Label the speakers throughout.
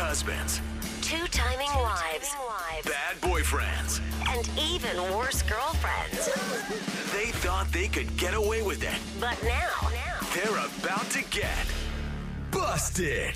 Speaker 1: husbands,
Speaker 2: Two timing wives
Speaker 1: bad boyfriends.
Speaker 2: and even worse girlfriends.
Speaker 1: They thought they could get away with it.
Speaker 2: But now,
Speaker 1: They're about to get busted.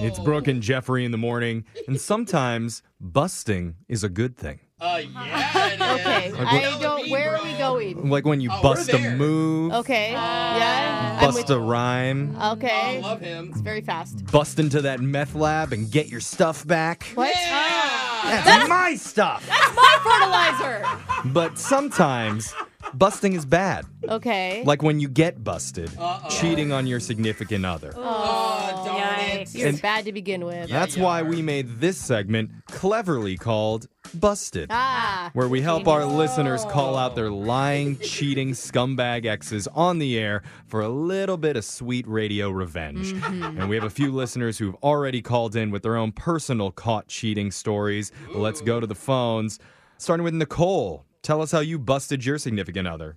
Speaker 3: It's Brooke and Jeffrey in the morning, and sometimes busting is a good thing.
Speaker 4: Uh, yeah.
Speaker 5: Okay. I don't. Where are we going?
Speaker 3: Like when you
Speaker 4: Oh, we're
Speaker 3: bust a
Speaker 4: there. Oh,
Speaker 3: move,
Speaker 5: Okay.
Speaker 6: Uh,
Speaker 5: yeah. I'm
Speaker 3: bust a rhyme,
Speaker 5: with- okay.
Speaker 4: I love him.
Speaker 5: Very fast.
Speaker 3: bust into that meth lab and get your stuff back.
Speaker 5: What?
Speaker 3: That's my stuff.
Speaker 5: My
Speaker 3: But sometimes busting is bad.
Speaker 5: fertilizer. Okay.
Speaker 3: Like when you get busted cheating on your significant other.
Speaker 4: Oh, darn it.
Speaker 5: You're
Speaker 3: and-
Speaker 5: bad to begin with.
Speaker 3: That's
Speaker 4: you
Speaker 3: why
Speaker 4: are.
Speaker 3: we made this segment cleverly called Busted.
Speaker 5: Ah.
Speaker 3: where we help our listeners call out their lying, cheating, scumbag exes on the air for a little bit of sweet radio revenge. And we have a few listeners who've already called in with their own personal caught cheating stories. Let's go to the phones, starting with Nicole. Tell us how you busted your significant other.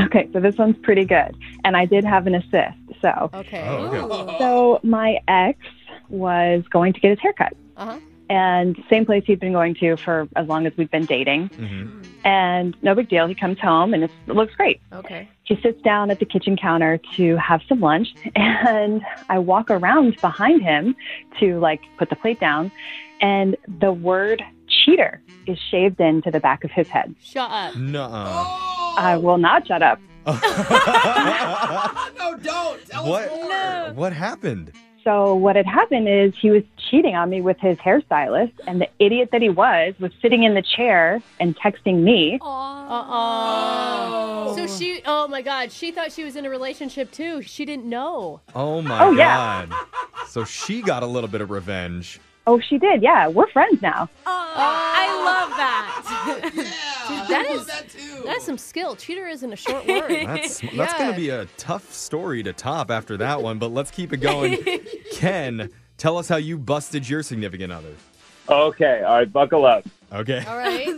Speaker 7: Okay, so this one's pretty good. And I did have an assist. So,
Speaker 5: Okay.
Speaker 7: so my ex was going to get his haircut.
Speaker 5: Uh-huh.
Speaker 7: And same place he'd been going to for as long as we've been dating. And no big deal. He comes home and it's, it looks great.
Speaker 6: Oh.
Speaker 5: Okay.
Speaker 7: He sits down at the kitchen counter to have some lunch. And I walk around behind him to like put the plate down. And the word cheater is shaved into the back of his head.
Speaker 5: Shut up.
Speaker 3: Nuh-uh.
Speaker 7: I will not shut up.
Speaker 4: No, don't. Tell
Speaker 3: what?
Speaker 4: us more.
Speaker 3: What happened?
Speaker 7: So what had happened is he was cheating on me with his hairstylist, and the idiot that he was was sitting in the chair and texting me.
Speaker 5: Uh-uh. So she, oh my God, she thought she was in a relationship too. She didn't know.
Speaker 3: Oh my
Speaker 7: Oh, yeah.
Speaker 3: god. So she got a little bit of revenge.
Speaker 7: Oh, she did. Yeah, we're friends now.
Speaker 6: I love that.
Speaker 4: Yeah.
Speaker 5: that
Speaker 4: I love
Speaker 5: is-
Speaker 4: that too.
Speaker 5: That's some skill. Cheater isn't a short word.
Speaker 3: That's that's going to be a tough story to top after that one, but let's keep it going. Ken, tell us how you busted your significant other.
Speaker 8: Okay, all right, buckle up.
Speaker 3: Okay.
Speaker 5: All right.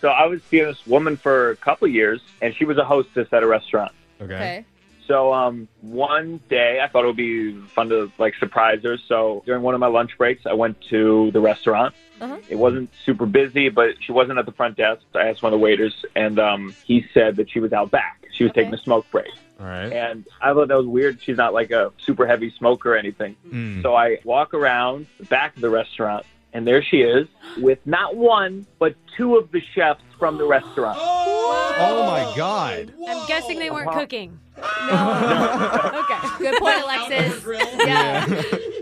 Speaker 8: So I was seeing this woman for a couple years, and she was a hostess at a restaurant.
Speaker 3: Okay.
Speaker 5: Okay.
Speaker 8: So um, one day I thought it would be fun to like surprise her. So during one of my lunch breaks, I went to the restaurant.
Speaker 5: Uh-huh.
Speaker 8: It wasn't super busy, but she wasn't at the front desk. I asked one of the waiters, and um, he said that she was out back. She was
Speaker 5: Okay.
Speaker 8: taking a smoke break,
Speaker 3: All right.
Speaker 8: and I thought that was weird. She's not like a super heavy smoker or anything.
Speaker 3: Mm.
Speaker 8: So I walk around the back of the restaurant, and there she is with not one, but two of the chefs from the restaurant.
Speaker 4: Oh,
Speaker 3: Oh my god.
Speaker 6: I'm guessing they weren't cooking.
Speaker 5: Good point,
Speaker 4: Out of the
Speaker 5: Alexis.
Speaker 4: grill.
Speaker 5: Yeah.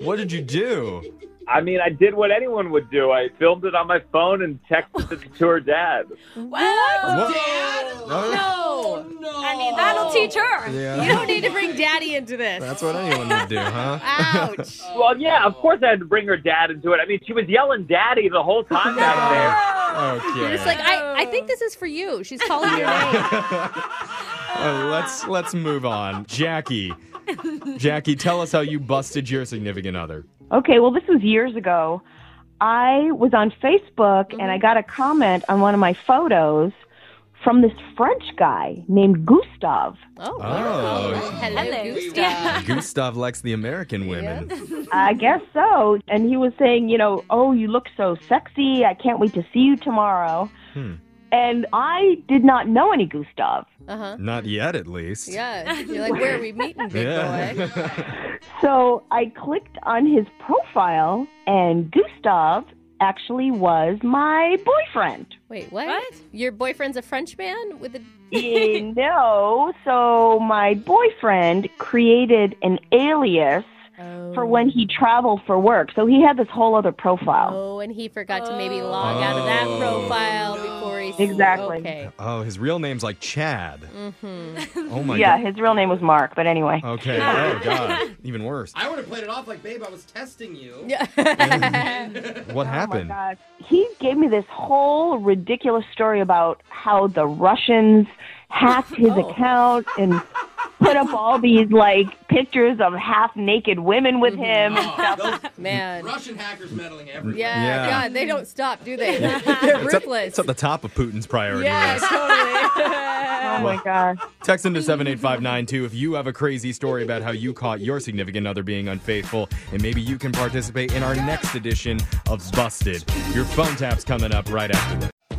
Speaker 3: What did you do?
Speaker 8: I mean, I did what anyone would do. I filmed it on my phone and texted it to her dad.
Speaker 3: What?
Speaker 4: Dad?
Speaker 5: No.
Speaker 4: No.
Speaker 6: I mean, that'll teach her.
Speaker 3: Yeah.
Speaker 5: You don't need to bring daddy into this.
Speaker 3: That's what anyone would do, huh?
Speaker 5: Ouch.
Speaker 8: Well, yeah, of course I had to bring her dad into it. I mean, she was yelling daddy the whole time back
Speaker 3: Okay.
Speaker 5: It's like I, I think this is for you. She's calling your name.
Speaker 3: Uh, let's let's move on. Jackie. Jackie, tell us how you busted your significant other.
Speaker 7: Okay, well, this was years ago. I was on Facebook and I got a comment on one of my photos from this French guy named Gustav.
Speaker 5: Oh.
Speaker 3: Oh.
Speaker 5: wonderful. Hello,
Speaker 6: Hello.
Speaker 5: Gustav.
Speaker 6: Yeah.
Speaker 3: Gustav likes the American women.
Speaker 7: I guess so. And he was saying, you know, oh, you look so sexy. I can't wait to see you tomorrow.
Speaker 3: Hmm.
Speaker 7: And I did not know any Gustav.
Speaker 5: Uh-huh.
Speaker 3: Not yet at least.
Speaker 5: Yeah. You're like, where are we meeting, big boy?
Speaker 3: Yeah.
Speaker 7: So I clicked on his profile, and Gustav actually was my boyfriend.
Speaker 5: Wait, what?
Speaker 6: What?
Speaker 5: Your boyfriend's a French man with a
Speaker 7: you know, so my boyfriend created an alias
Speaker 5: oh.
Speaker 7: for when he traveled for work. So he had this whole other profile.
Speaker 5: Oh, and he forgot to maybe log out of that
Speaker 3: Oh.
Speaker 5: profile before he
Speaker 7: Exactly.
Speaker 5: Okay.
Speaker 3: Oh, his real name's like Chad.
Speaker 5: Mm-hmm.
Speaker 3: Oh my
Speaker 7: yeah,
Speaker 3: god.
Speaker 7: his real name was Mark, but anyway.
Speaker 3: Okay. Oh god. Even worse.
Speaker 4: I would have played it off like, babe, I was testing you.
Speaker 5: Yeah.
Speaker 3: What happened?
Speaker 7: Oh my God. He gave me this whole ridiculous story about how the Russians hacked his
Speaker 5: Oh.
Speaker 7: account and
Speaker 9: put up all these like pictures of half naked women with
Speaker 3: Mm-hmm.
Speaker 9: him.
Speaker 4: Those
Speaker 5: Man.
Speaker 4: Russian hackers meddling everywhere.
Speaker 5: Yeah,
Speaker 3: Yeah.
Speaker 5: God, they don't stop, do they? They're
Speaker 3: It's at,
Speaker 5: ruthless.
Speaker 3: it's at the top of Putin's priority
Speaker 5: yeah,
Speaker 3: list.
Speaker 5: totally.
Speaker 9: Oh my gosh.
Speaker 3: Text into 78592 if you have a crazy story about how you caught your significant other being unfaithful, and maybe you can participate in our next edition of Busted. Your phone tap's coming up right after this.